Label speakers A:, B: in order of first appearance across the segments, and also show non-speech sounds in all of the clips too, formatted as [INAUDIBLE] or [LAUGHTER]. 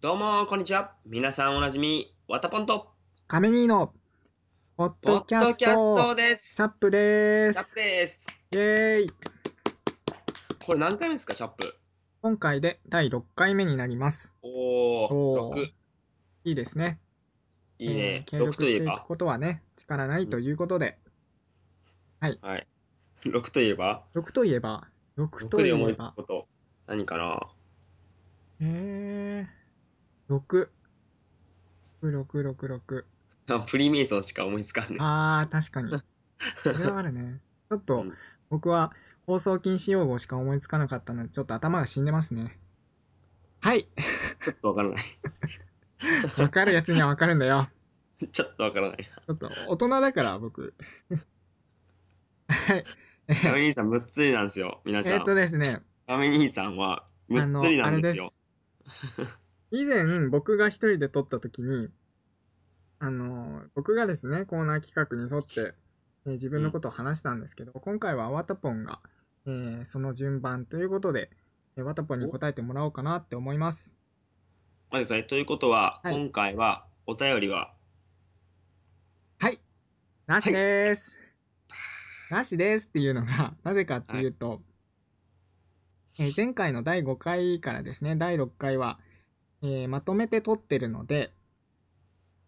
A: どうも、こんにちは。皆さんおなじみ、わたぽんと、
B: カメニーのポッ
A: ポ
B: ドキ
A: ッ
B: ャ
A: ド
B: ス
A: キャス
B: ト
A: トです。
B: チャップで
A: チャップ
B: す。
A: です。
B: イェーイ
A: これ何回目ですか、チャップ。
B: 今回で第6回目になります。
A: おー、
B: おー
A: 6。
B: いいですね。
A: いいね。
B: えー継
A: 6
B: 続
A: といえ
B: していく
A: ば、
B: ことはね、力ないということで、
A: [LAUGHS] 6といえば、
B: 6といえば、6
A: 6
B: とい
A: で思
B: え
A: いつく
B: ば、
A: こと、何かな
B: えー、6。6666。
A: [LAUGHS] あフリーメイソンしか思いつかんね。
B: あー、確かに。それはあ
A: [LAUGHS]
B: るね。ちょ
A: う
B: っと
A: ん、
B: 僕は放送禁止用語しか思いつかなかったので、ちょっと頭が死んでますね。はい。
A: ちょっとわからない。 [LAUGHS]
B: わかるやつにはわかるんだよ。
A: ちょっとわ
B: [LAUGHS]
A: からない。
B: ちょっと大人だから僕。はい。え
A: カメ兄さん、むっつりなんですよ、皆さ
B: ー
A: ん
B: っ。とですね、
A: カメ兄さんは、む
B: あ
A: っ
B: の、
A: つりな
B: あ
A: ん
B: れ
A: で
B: ですす
A: よ。。
B: 以前僕が一人で撮った時に、あの、僕がですね、コーナー企画に沿って、えー自分のことを話したんですけど、今回はワタポンが、えーその順番ということで、えーワタポンに答えてもらおうかなって思います。
A: 待ってください。ということは、
B: はい
A: 今回は、お便りは、
B: はい。なしでーす。なしですっていうのが、 [LAUGHS] なぜかっていうと、えー前回の第5回からですね、第6回は、えーまとめて撮ってるので、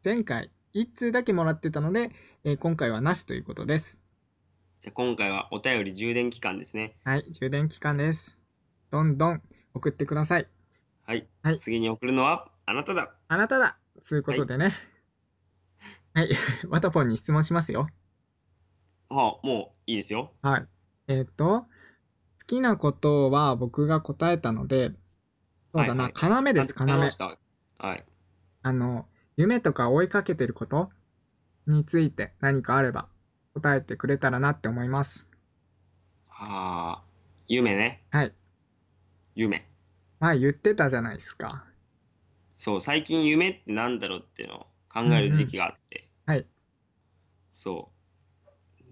B: 前回1通だけもらってたので、えー今回はなしということです。
A: じゃあ今回はお便り充電期間ですね。
B: はい、充電期間です。どんどん送ってください。
A: はい。
B: はい
A: 次に送るのは、あなただ。
B: あなただつうことでね。はい、 [LAUGHS] ワタポンに質問しますよ。
A: はあ、もういいですよ。
B: はい。えっ、と、好きなことは僕が答えたので、そうだな、
A: はい
B: 要です、
A: あわかりま
B: 要
A: し。た。はい。
B: あの、夢とか追いかけてることについて何かあれば答えてくれたらなって思います。
A: はあ、夢ね。
B: はい。
A: 夢。
B: 前言ってたじゃないですか。
A: そう、最近夢ってなんだろうっていうのを考える時期があって。
B: うんうんはい。
A: そう。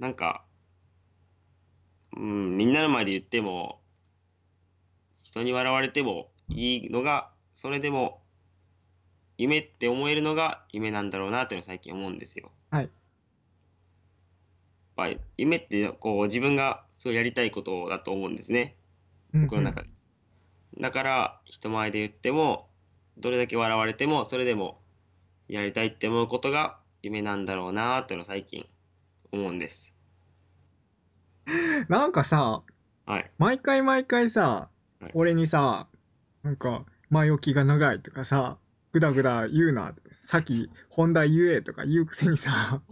A: なんか、うん、みんなの前で言っても、人に笑われてもいいのが、それでも、夢って思えるのが夢なんだろうなっていうのを最近思うんですよ。
B: はい
A: やっぱり夢ってこう自分がそうやりたいことだと思うんですね。僕の中
B: うん
A: で。だから人前で言ってもどれだけ笑われてもそれでもやりたいって思うことが夢なんだろうなーっていうのを最近思うんです。
B: うんなんかさ、
A: はい。
B: 毎回毎回さ
A: はい、
B: 俺にさ、なんか、前置きが長いとかさ、ぐだぐだ言うな、さっき本題言えとか言うくせ
A: [LAUGHS]
B: にさ、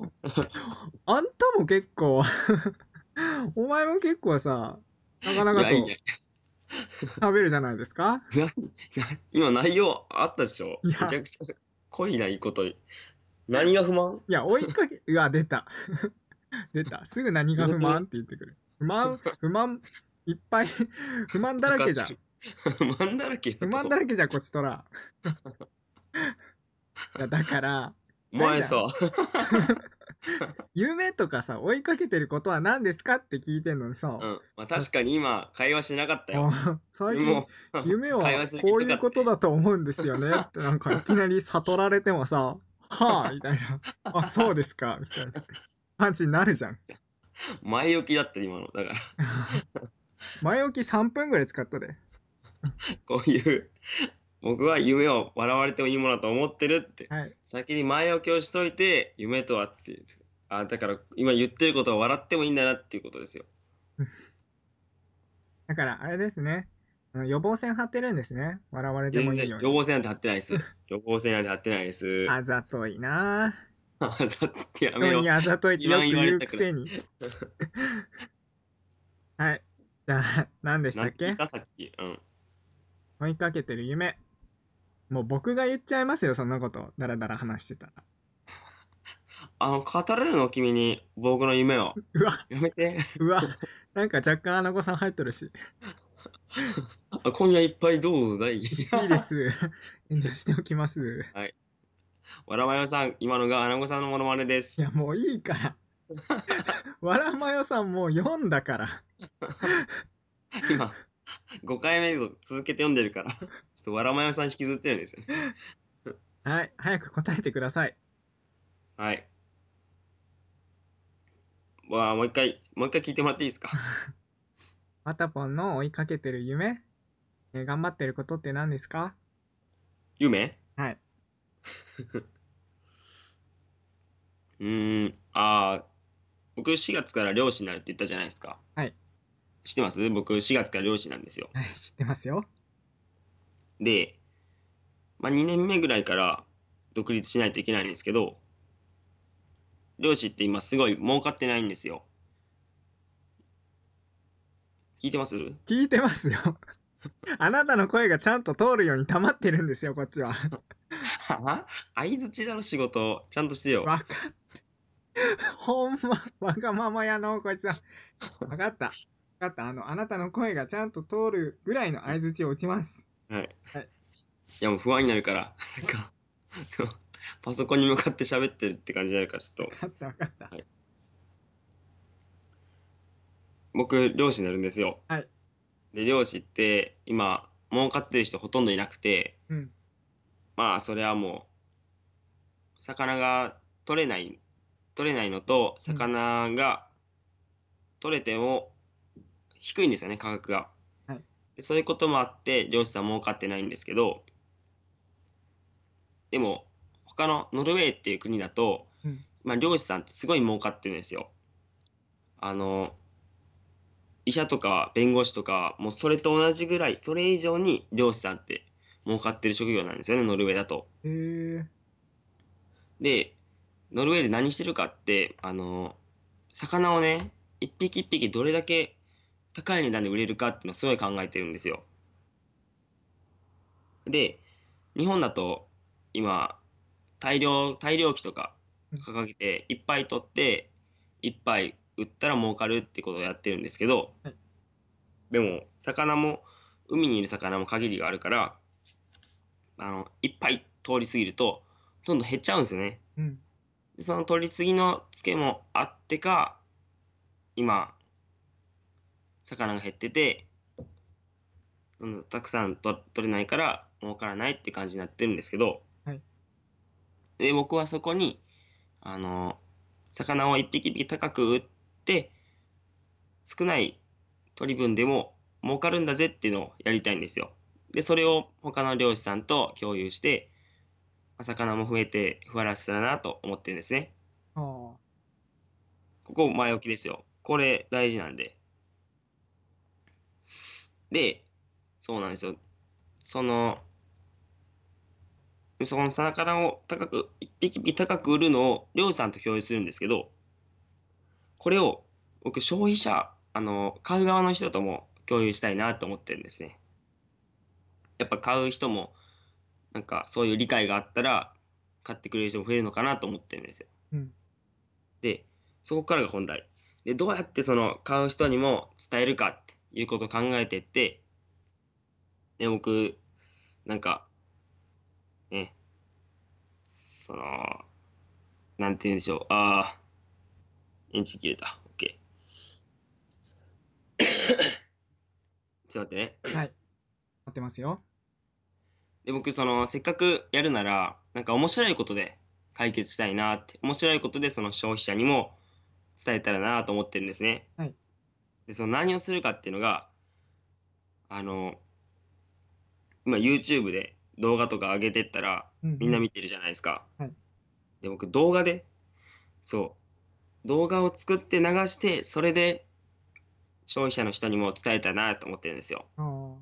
B: あんたも結構、 [LAUGHS] お前も結構さ、なかないか
A: や
B: と
A: いや [LAUGHS]
B: 食べるじゃないですか。
A: なな今内容あったでしょ
B: い
A: め
B: や
A: ちゃくちゃ濃いないいことに。何が不満
B: いや、追い
A: [LAUGHS]
B: かけ、うわ、出た。 [LAUGHS] 出た。すぐ何が不満って言ってくる。不満、不満、いっぱい、 [LAUGHS] 不満だらけじゃん。。
A: [LAUGHS] 不満だらけだと
B: 不満だらけじゃん、こっち
A: [LAUGHS]
B: とら。いや、だから、
A: お前
B: [LAUGHS]
A: さ、
B: 夢とかさ、追いかけてることは何ですかって聞いてんのにさ、
A: うんまあ、確かに今会話してなかったよ。
B: あ最
A: でも
B: 近、夢は
A: 会話しなきゃ
B: こう
A: いけ
B: い
A: な
B: う
A: か
B: こ
A: った
B: とだと思うんですよねって、なんかいきなり悟られてもさ、は
A: [LAUGHS]
B: あみたいな。あ、そうですかみたいな感じになるじゃん。 [LAUGHS]
A: 前置きだった今の。だから
B: 前置き3分ぐらい使ったで。
A: こういう僕は夢を笑われてもいいものだと思ってるって
B: はい。
A: 先に前置きをしといて夢とはっていうあだから今言ってることは笑ってもいいんだなっていうことですよ
B: だから、あれですね。あの予防線張ってるんですね。笑われて
A: 全
B: もい
A: 然
B: いよう
A: 予
B: に。
A: 防線なんて張ってないです [LAUGHS] 予防線なんて張ってないです
B: あざといな
A: あ [LAUGHS] だってや
B: ぁ。
A: め
B: 人
A: よ
B: に
A: う
B: あざといってよく言うくせに。
A: 言われ
B: [LAUGHS] はい。じゃあ、何でした
A: なん
B: って
A: 言
B: け
A: ったさっきうん
B: 追いかけてる夢。もう僕が言っちゃいますよ、そんなこと。だらだら話してたら。
A: あの語れるの君に僕の夢を
B: うわ、
A: やめて [LAUGHS]
B: うわ。なんか若干穴子さん入っとるし。
A: あ今夜いっぱいどうだい [LAUGHS]
B: いいです。遠慮しておきます。
A: わらまよさん今のがアナゴさんのモノマネで
B: い
A: す
B: や、もういいから。わらまよさんもう読んだから。
A: 今5回目を続けて読んでるからちょっとわらまやさん引きずってるんですよね。
B: はい、早く答えてください。
A: はい。わあ、もう一回、もう一回聞いてもらっていいです
B: [LAUGHS]
A: か。
B: ワタポンの追いかけてる夢、えー頑張ってることって何ですか
A: 夢
B: はい。
A: [LAUGHS] うーん、ああ、僕4月から漁師になるって言ったじゃないですか。
B: はい。
A: 知ってます僕4月から漁師なんですよ。
B: はい、知ってますよ。
A: で、まあ、2年目ぐらいから独立しないといけないんですけど、漁師って今すごい儲かってないんですよ。聞いてます
B: 聞いてますよ。あなたの声がちゃんと通るように溜まってるんですよ、こっちは。
A: は [LAUGHS] 相づちだろ仕事ちゃんとしてよ。
B: わかって。ほんま、わがままやの、こいつは。わかった。わかった。あの、あなたの声がちゃんと通るぐらいの相づちを打ちます。
A: はい。
B: はい
A: いやもう不安になるから、なんか、パソコンに向かって喋ってるって感じになるから、ちょっと
B: わ、かった、わかった。
A: 僕、漁師になるんですよ。
B: はい
A: で、漁師って、今、儲かってる人ほとんどいなくて、
B: うん。
A: まあ、それはもう、魚が取れない、取れないのと、魚が取れても低いんですよね、価格が。
B: はい
A: でそういうこともあって、漁師さん儲かってないんですけど、でも、他のノルウェーっていう国だと、
B: うん
A: まあ、漁師さんってすごい儲かってるんですよ。あの、医者とか弁護士とか、もうそれと同じぐらい、それ以上に漁師さんって儲かってる職業なんですよね、ノルウェーだと。
B: えー、
A: で、ノルウェーで何してるかって、あの、魚をね、一匹一匹どれだけ高い値段で売れるかっていうのをすごい考えてるんですよ。で、日本だと今、大量、大量期とか掲げて、いっぱい取って、いっぱい売ったら儲かるってことをやってるんですけど
B: はい、
A: でも、魚も、海にいる魚も限りがあるから、あの、いっぱい通り過ぎると、どんどん減っちゃうんですよね。
B: うん。
A: でその取り次ぎのツケもあってか、今、魚が減ってて、そのたくさんと取れないから儲からないって感じになってるんですけど、
B: はい
A: で僕はそこに、あの、魚を一匹一匹高く売って、少ない取り分でも儲かるんだぜっていうのをやりたいんですよ。で、それを他の漁師さんと共有して、まあ魚も増えて不らしさだなと思ってるんですね。
B: あー
A: ここ前置きですよ。これ大事なんで。で、そうなんですよ。その、その魚を高く、一匹一匹高く売るのを漁師さんと共有するんですけど、これを僕消費者、あの、買う側の人とも共有したいなと思ってるんですね。やっぱ買う人も、なんかそういう理解があったら、買ってくれる人も増えるのかなと思ってるんですよ。
B: うん。
A: で、そこからが本題。で、どうやってその買う人にも伝えるかっていうことを考えてって、で、僕、なんか、ね、その、なんて言うんでしょう。ああ、エンジン切れた。オッケー。 [COUGHS] ちょっと待ってね。
B: はい。待ってますよ。
A: で、僕、その、せっかくやるなら、なんか面白いことで解決したいなって、面白いことでその消費者にも伝えたらなと思ってるんですね。
B: はい
A: で、その何をするかっていうのが、あの、今 YouTube で動画とか上げてったら、
B: う
A: みんな
B: う
A: 見てるじゃないですか。
B: はい
A: で、僕、動画で、そう、動画を作って流して、それで消費者の人にも伝えたらなと思ってるんですよ。
B: あー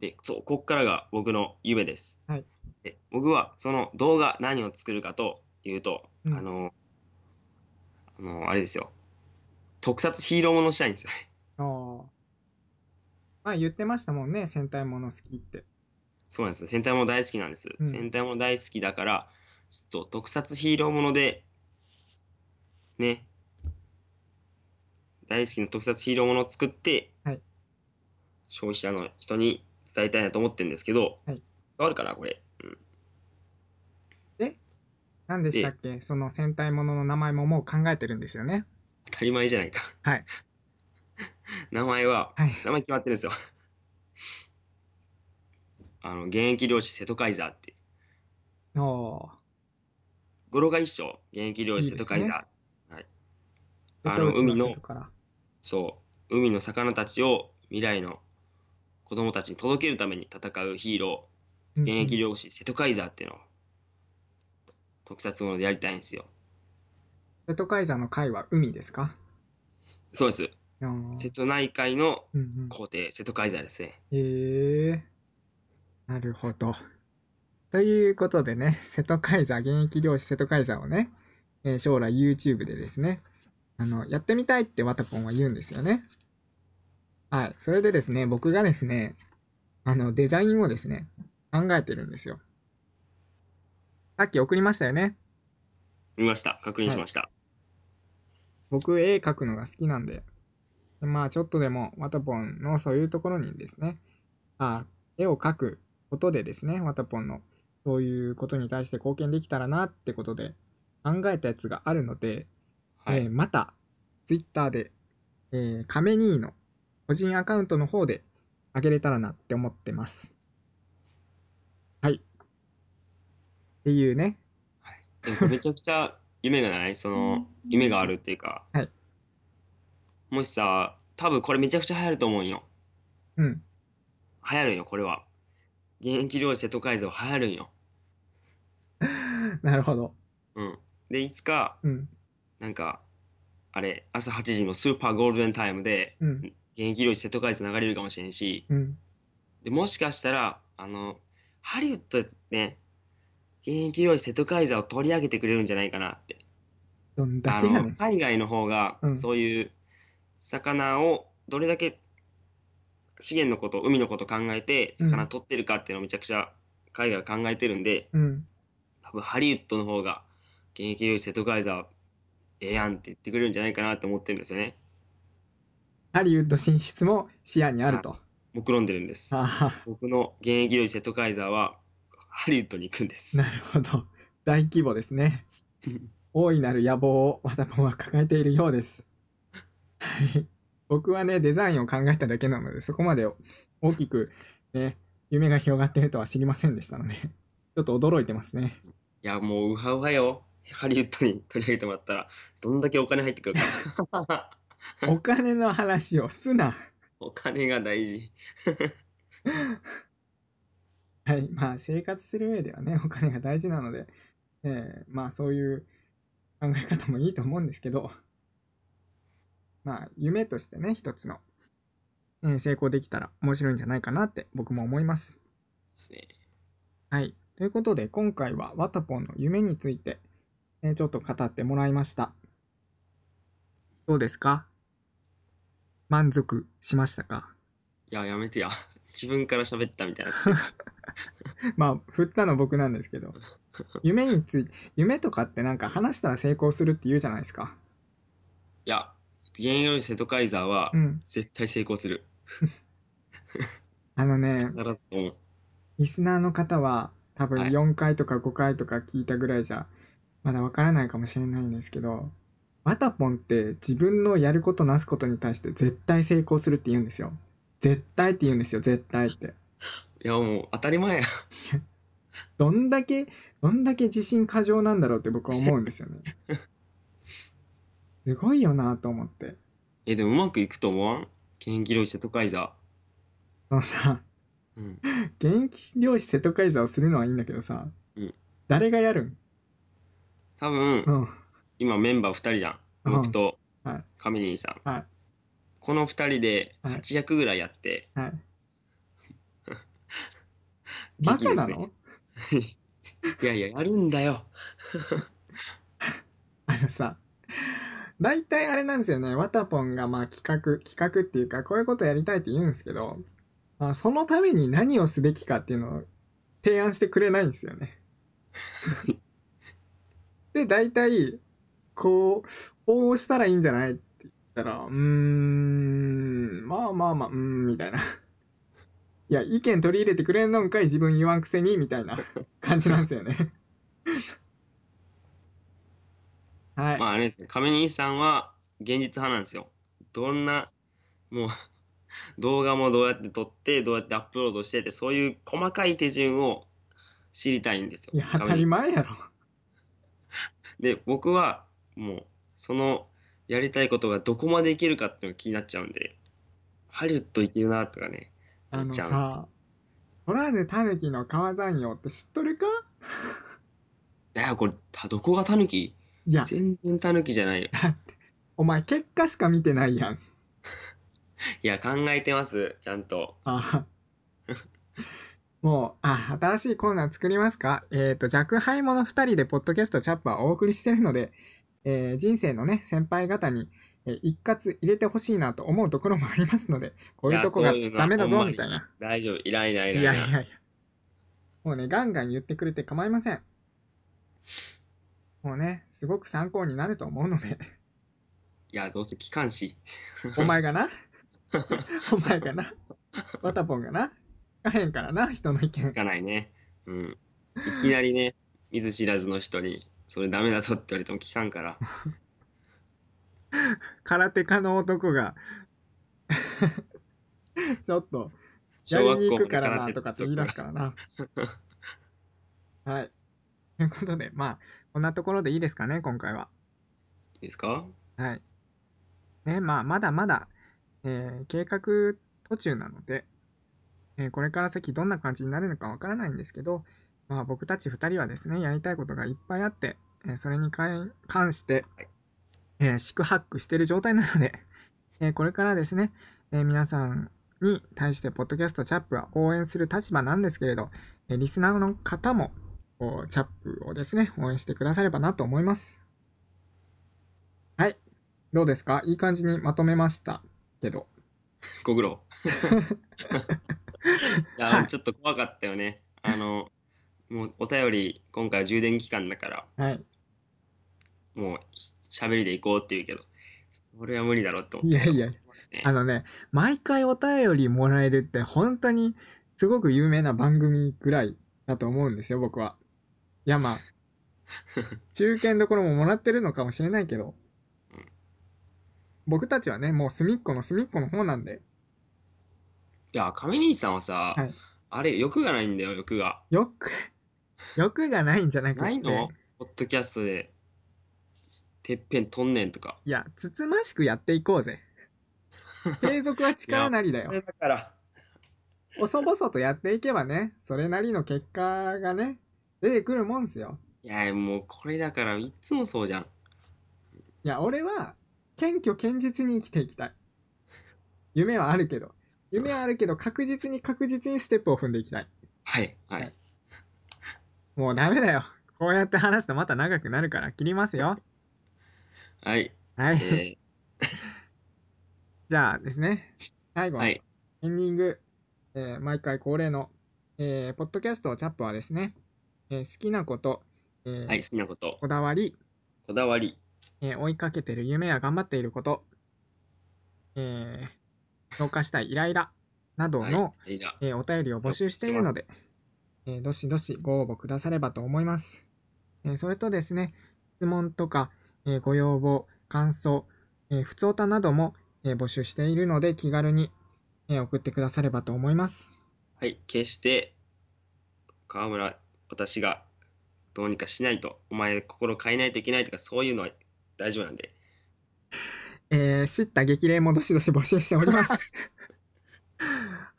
A: で、そう、こっからが僕の夢です。
B: はい
A: で僕はその動画何を作るかというと、
B: うん
A: あの、あの、あれですよ。特撮ヒーローものしたいんですよ [LAUGHS] ね。
B: あーまあ言ってましたもんね、戦隊もの好きって。
A: そうなんですよ。戦隊もの大好きなんです。
B: うん
A: 戦隊もの大好きだから、ちょっと特撮ヒーローもので、ね、大好きな特撮ヒーローものを作って、
B: はい
A: 消費者の人に伝えたいなと思ってるんですけど、
B: はい
A: 伝わるかな、これ。うん
B: 何でしたっけその戦隊ものの名前ももう考えてるんですよね。
A: 当たり前じゃないか。
B: はい。
A: [LAUGHS] 名前は、
B: はい。
A: 名前決まってるんですよ。 [LAUGHS] あの現役漁師瀬戸カイザーっていう
B: おー
A: 語呂が一緒現役漁師瀬戸カイザー
B: いいで
A: はい、
B: 瀬
A: あ
B: 戸
A: の
B: 内
A: 海
B: の
A: の
B: 瀬戸から。
A: そう海の魚たちを未来の子供たちに届けるために戦うヒーロー現役
B: うんうん
A: 漁師瀬戸カイザーっていうのを特撮ものでやりたいんですよ
B: 瀬戸海山の海は海ですか
A: そうです
B: あー
A: 瀬戸内海の
B: うんうん、
A: 皇帝瀬戸カイザーですね
B: へえなるほど。ということでね、 [LAUGHS] 瀬戸カイザー、現役漁師瀬戸カイザーをね、えー将来 YouTube でですね、あの、やってみたいってワタポンは言うんですよね。はい。それでですね、僕がですね、あの、デザインをですね、考えてるんですよ。さっき送りましたよね。
A: 見ました確認しました、
B: 僕、絵描くのが好きなんで、でまあ、ちょっとでも、ワタポンのそういうところにですね、あ絵を描くことでですね、ワタポンのそういうことに対して貢献できたらなってことで考えたやつがあるので、
A: はい、
B: えーまた、ツイッターで、えー、カメニーの個人アカウントの方であげれたらなって思ってます。はい。っていうね、
A: でもこれめちゃくちゃ夢がないその夢があるっていうか、
B: はい
A: もしさ多分これめちゃくちゃ流行ると思うんよ
B: うん、
A: 流行るんよこれは現役漁師瀬戸海道流行るんよ
B: [LAUGHS] なるほど。
A: うんでいつか
B: うん、
A: なんかあれ朝8時のスーパーゴールデンタイムで
B: うん、
A: 現役漁師瀬戸海道流れるかもしれんし
B: うん。
A: でもしかしたらあのハリウッドでね現役漁師瀬戸海道を取り上げてくれるんじゃないかなって
B: どんだ
A: あ
B: けやね
A: の
B: ん。
A: 海外の方が
B: うん
A: そういう魚をどれだけ資源のこと海のこと考えて
B: うん
A: 魚取ってるかっていうのをめちゃくちゃ海外は考えてるんで
B: うん。
A: 多分ハリウッドの方が現役漁師瀬戸海ザええやんって言ってくれるんじゃないかなって思ってるんですよね
B: ハリウッド進出も視野にあると。
A: 目論んでるんです
B: あ
A: 僕の現役漁師瀬戸海ザはハリウッドに行くんで [LAUGHS]
B: あ、
A: す
B: なるほど。大規模ですね。大いなる野望をワタポンは抱えているようです。はい僕はね、デザインを考えただけなので、そこまで大きく、ね、夢が広がっているとは知りませんでしたので、ちょっと驚いてますね。
A: いやもうウハウハよハリウッドに取り上げてもらったらどんだけお金入ってくるか [LAUGHS]
B: お金の話をすな。
A: お金が大事
B: はい、 [LAUGHS] まあ生活する上ではね、お [LAUGHS] 金が大事なので、えーまあそういう考え方もいいと思うんですけど、 [LAUGHS] まあ夢としてね、一つの、えー成功できたら面白いんじゃないかなって僕も思います。
A: ですね
B: はい。ということで、今回はワタポンの夢について、えーちょっと語ってもらいました。どうですか満足しましたか
A: いや、やめてや。 [LAUGHS] 自分から喋ったみたいな。
B: まあ振ったの僕なんですけど夢につい夢とかってなんか話したら成功するって言うじゃないですか
A: いや、現役の瀬戸カイザーは
B: うん
A: 絶対成功する。
B: あのね
A: 必ずと思う。
B: リスナーの方は多分
A: はい
B: 4回とか5回とか聞いたぐらいじゃまだわからないかもしれないんですけどワタポンって自分のやることなすことに対して絶対成功するって言うんですよ絶対って言うんですよ絶対って
A: いや、もう当たり前や。
B: どんだけ、どんだけ自信過剰なんだろうって僕は思うんですよね。すごいよなと思って。
A: え、でもうまくいくと思わん現役の瀬戸カイザ
B: そのさ、
A: ー。うん。
B: 現役漁師瀬戸海座をするのはいいんだけどさ、
A: うん
B: 誰がやるん
A: 多分、
B: うん。
A: 今メンバー2人じゃん。
B: うん
A: 僕と
B: はい
A: カミリンさん。
B: はい
A: この2人で
B: はい
A: 8役ぐらいやって、
B: はい。バカなの、
A: 激いやいや、やるんだよ。
B: あのさ、 [LAUGHS] 大体あれなんですよね、ワタポンがまあ企画、企画っていうか、こういうことやりたいって言うんですけど、まあ、そのために何をすべきかっていうのを提案してくれないんですよね。で、大体、こう、こうしたらいいんじゃないって言ったら、うーん、まあまあまあ、うーん、みたいな。いや、意見取り入れてくれんのんかい、自分言わんくせに、みたいな感じなんですよね。はい。
A: まああれですね、カミリンさんは現実派なんですよ。どんな、もう、 [LAUGHS] 動画もどうやって撮ってどうやってアップロードしてってそういう細かい手順を知りたいんですよ。
B: いや、当たり前やろ。
A: で僕はもうそのやりたいことがどこまでいけるかっていうのが気になっちゃうんでハリウッドいけるなとかね
B: あ
A: な
B: の
A: っちゃう
B: さ、トラヌタヌキの川山陽って知っとるか
A: いやこれたどこがタヌキ
B: いや、
A: 全然タヌキじゃないよ。
B: お前結果しか見てないやん。
A: いや考えてますちゃんと。
B: あ [LAUGHS] もう、あ、新しいコーナー作りますかえっ、と、若輩者2人でポッドキャストチャップはお送りしてるので、えー人生のね、先輩方に、えー一括入れてほしいなと思うところもありますので、こういうとこが
A: やそううのは
B: ダメだ
A: ほ
B: ぞ、
A: んまに
B: みたいな。
A: 大丈夫いらんいらんいら
B: い
A: ん
B: やいやいや。もうね、ガンガン言ってくれて構いません。もうね、すごく参考になると思うの
A: [LAUGHS]
B: で、
A: いやどうせ機関士
B: お前がな、お前がな、ワタポンがな、聞かへんからな、人の意見
A: い。かないね。
B: [LAUGHS]
A: うん。いきなりね、見ず知らずの人に、それダメだぞって言われても聞かん
B: [LAUGHS]
A: から。
B: 空手家の男が [LAUGHS] ちょっとや
A: 小
B: り
A: 学
B: に
A: 校
B: 行く
A: も
B: からな
A: 空手
B: とかって言い出すからな。はい。ということで、まあ、こんなところでいいですかね、今回は。
A: いいですか
B: はい。ね、まあ、まだまだ、えー計画途中なので、えーこれから先どんな感じになるのかわからないんですけど、まあ、僕たち2人はですね、やりたいことがいっぱいあって、えーそれにかい関して
A: はい、
B: えー、四苦八苦してる状態なので、 [LAUGHS] えーこれからですね、えー皆さんに対して、ポッドキャストチャップは応援する立場なんですけれど、えーリスナーの方も、こうチャップをですね、応援してくださればなと思います。はい。どうですかいい感じにまとめましたけど。
A: ご苦
B: [LAUGHS]
A: 労。 [LAUGHS] いや、
B: はい
A: ちょっと怖かったよね。あの、もうお便り、今回は充電期間だから、
B: はい。
A: もう喋りで行こうって言うけど、それは無理だろうと思
B: い
A: って。
B: やいや、
A: ね
B: あのね、毎回お便りもらえるって本当にすごく有名な番組ぐらいだと思うんですよ、僕は。いや、
A: [LAUGHS]
B: まあ、中堅どころももらってるのかもしれないけど
A: うん、
B: 僕たちはね、もう隅っこの隅っこの方なんで、
A: いや、亀兄さんはさ、
B: はい
A: あれ、欲がないんだよ、欲が。
B: よ
A: [LAUGHS]
B: く、欲がないんじゃなくて、
A: ないのポッドキャストで、てっぺんとんねんとか。
B: いや、つつましくやっていこう
A: [LAUGHS]
B: ぜ。継続は力なりだよ
A: そ。れだから。
B: 細々とやっていけばね、それなりの結果がね、出てくるもんすよ。
A: いやもうこれだからいつもそうじゃん。
B: いや、俺は、謙虚堅実に生きていきたい。夢はあるけど、夢はあるけど、確実に確実にステップを踏んでいきたい。
A: はいはい。
B: はいもうダメだよ。こうやって話すとまた長くなるから切りますよ。
A: はい。
B: はい。 [LAUGHS]
A: え
B: じゃあですね、最
A: ー
B: 後、
A: はい。
B: エンディング、えー毎回恒例の、えーポッドキャストチャップはですね、えー好きなこと、えー
A: はい。好きなこと。
B: こだわり、
A: こだわり。
B: えー追いかけてる夢や頑張っていること、えー、増加したいイライラなど
A: はい
B: の、。
A: いいな
B: えーお便りを募集しているので、えーどしどしご応募くださればと思います。えーそれとですね、質問とか、えーご要望、感想、えー、普通歌なども、えー募集しているので気軽に、えー送ってくださればと思います。
A: はい。決して、河村、私がどうにかしないと、お前心変えないといけないとか、そういうのは大丈夫なんで。
B: えー、知った激励もどしどし募集しており
A: [LAUGHS]
B: ます。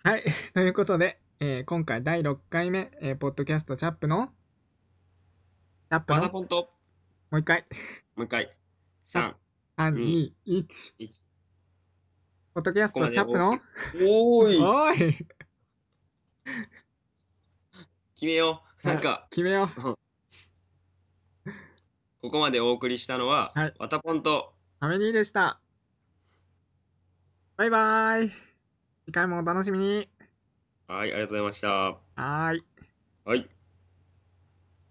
B: はい、ということで、えー今回第6回目、えーポッドキャストチャップの、チャップ
A: パ
B: の、
A: タ
B: も
A: ポンと、
B: う一回、
A: もう一回。3、
B: 3、2
A: 二、
B: 1、
A: 1。
B: ポッドキャス
A: ここま
B: ト
A: で
B: チャップの、
A: おーい
B: おい、
A: 決めよう。なんか、
B: 決めよう。
A: ここまでお送りしたのは
B: はい、
A: わたぽんと、
B: アメニーでした。バイバーイ。次回もお楽しみに。
A: はい、ありがとうございました。
B: はーい。
A: はい。